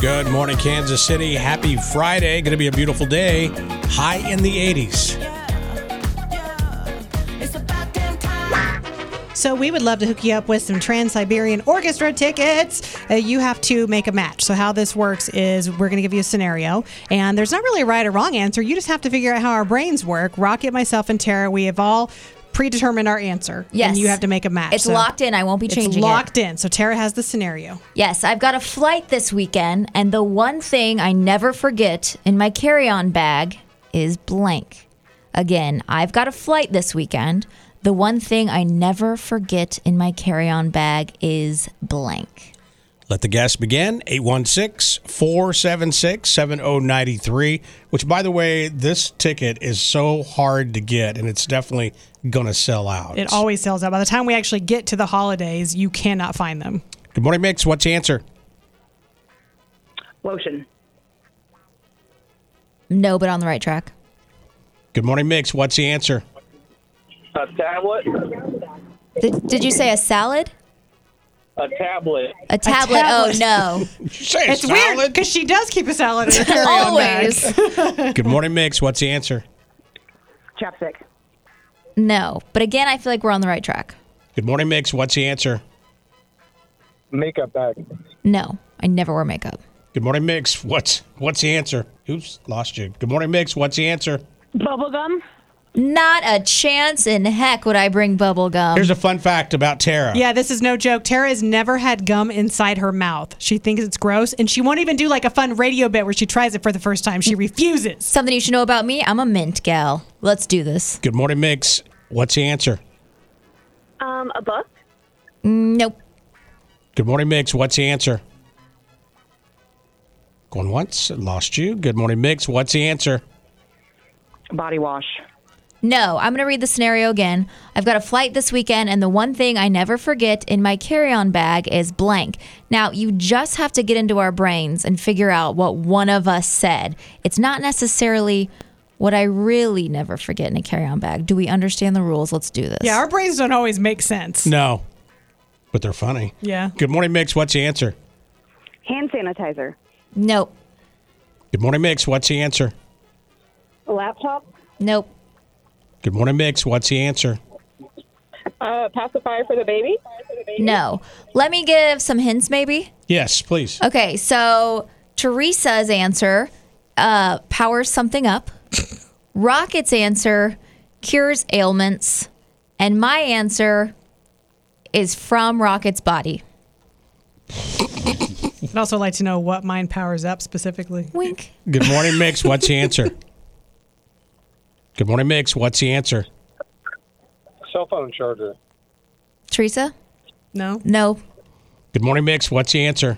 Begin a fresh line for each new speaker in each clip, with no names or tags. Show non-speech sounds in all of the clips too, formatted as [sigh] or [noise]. Good morning, Kansas City. Happy Friday. Going to be a beautiful day. High in the 80s.
So we would love to hook you up with some Trans Siberian Orchestra tickets. Uh, you have to make a match. So how this works is we're going to give you a scenario, and there's not really a right or wrong answer. You just have to figure out how our brains work. Rocket, myself, and Tara, we have all predetermined our answer.
Yes.
and you have to make a match.
It's
So
locked in. I won't be changing
It's locked in. So Tara has the scenario.
it. Yes, I've got a flight this weekend, and the one thing I never forget in my carry-on bag is blank. Again, I've got a flight this weekend. The one thing I never forget in my carry-on bag is blank.
Let the guess begin. 816 476 7093. Which, by the way, this ticket is so hard to get, and it's definitely going to sell out.
It always sells out. By the time we actually get to the holidays, you cannot find them.
Good morning, Mix. What's the answer?
Lotion.
No, but on the right track.
Good morning, Mix. What's the answer?
A tablet?
Did, did you say a salad?
A tablet.
A tablet?
tablet. [laughs]
Oh no!
Say
It's [laughs] weird because she does keep a salad [laughs] in
[laughs]
her carry-on bag.
Always
Good morning, Mix. What's the answer?
Chapstick.
no. But again, I feel like we're on the right track.
Good morning, Mix. What's the answer?
Makeup bag.
No, I never wear makeup.
Good morning, Mix. What's what's the answer? Oops, lost you. Good morning, Mix. What's the answer?
Bubblegum.
Not a chance in heck would I bring bubble gum.
Here's a fun fact about Tara.
Yeah, this is no joke. Tara has never had gum inside her mouth. She thinks it's gross, and she won't even do like a fun radio bit where she tries it for the first time. [laughs] She refuses.
Something you should know about me, I'm a mint gal. Let's do this.
Good morning, Mix. What's the answer?
Um, a book,
Nope.
Good morning, Mix. What's the answer? Going once, lost you. Good morning, Mix. What's the answer?
Body wash.
No, I'm going to read the scenario again. I've got a flight this weekend, and the one thing I never forget in my carry on bag is blank. Now, you just have to get into our brains and figure out what one of us said. It's not necessarily what I really never forget in a carry on bag. Do we understand the rules? Let's do this.
Yeah, our brains don't always make sense.
No, but they're funny.
Yeah.
Good morning, Mix. What's the answer?
hand sanitizer,
Nope.
Good morning, Mix. What's the answer?
a laptop,
Nope.
Good morning, Mix. What's the answer?
uh, pacifier for the baby.
No. Let me give some hints, maybe.
Yes, please.
Okay, so Teresa's answer uh, powers something up. Rocket's answer cures ailments, and my answer is from Rocket's body.
I'd also like to know what mine powers up specifically.
Wink.
Good morning, Mix. What's the answer? Good morning, Mix. What's the answer?
Cell phone charger.
Teresa?
No.
No.
Good morning, Mix. What's the answer?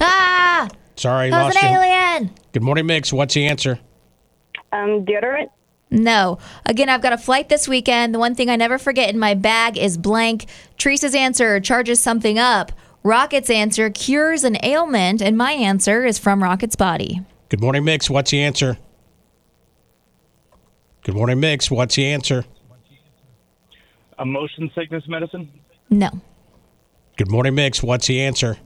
Ah!
Sorry,
That was
lost
an
you.
alien.
Good morning, Mix. What's the answer?
Um, deodorant,
No. Again, I've got a flight this weekend. The one thing I never forget in my bag is blank. Teresa's answer charges something up. Rocket's answer cures an ailment, and my answer is from Rocket's body.
Good morning, Mix. What's the answer? Good morning, Mix. What's the answer?
A motion sickness medicine?
No.
Good morning, Mix. What's the answer?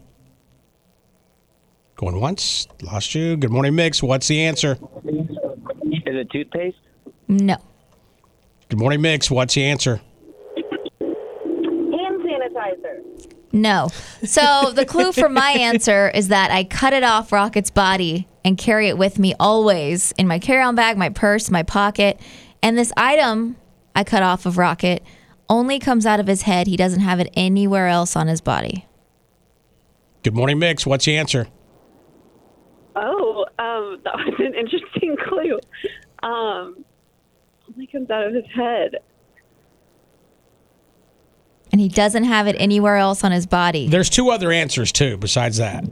Going once, lost you. Good morning, Mix. What's the answer?
Is it toothpaste?
No.
Good morning, Mix. What's the answer?
hand sanitizer.
No. So the clue for my answer is that I cut it off Rocket's body and carry it with me always in my carry on bag, my purse, my pocket. And this item I cut off of Rocket only comes out of his head. He doesn't have it anywhere else on his body.
Good morning, Mix. What's the answer?
Oh, um, [laughs] that was an interesting clue. Um, only comes out of his head.
And he doesn't have it anywhere else on his body.
There's two other answers too, besides that.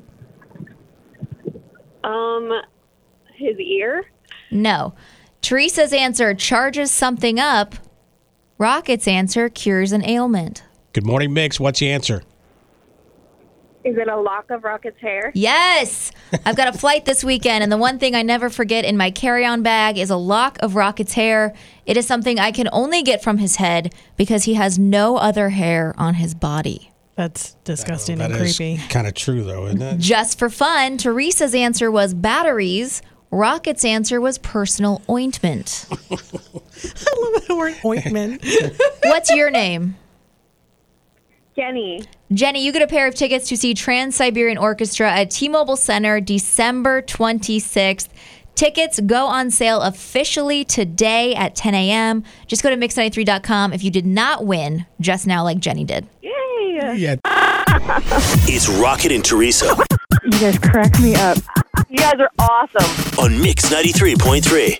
Um, his ear.
No. Teresa's answer charges something up. Rocket's answer cures an ailment.
Good morning, Mix. What's the answer?
Is it a lock of Rocket's hair?
Yes. I've got a flight this weekend, and the one thing I never forget in my carry on bag is a lock of Rocket's hair. It is something I can only get from his head because he has no other hair on his body.
That's disgusting
That
and creepy.
kind of true, though, isn't
[laughs]
it?
Just for fun, Teresa's answer was batteries. Rocket's answer was personal ointment.
I love the word ointment.
What's your name?
Jenny.
Jenny, you get a pair of tickets to see Trans Siberian Orchestra at T Mobile Center December 26th. Tickets go on sale officially today at 10 a.m. Just go to mix93.com if you did not win just now, like Jenny did.
Yay.
Yeah.
It's Rocket and Teresa
You guys crack me up.
You guys are awesome.
on Mix 93.3.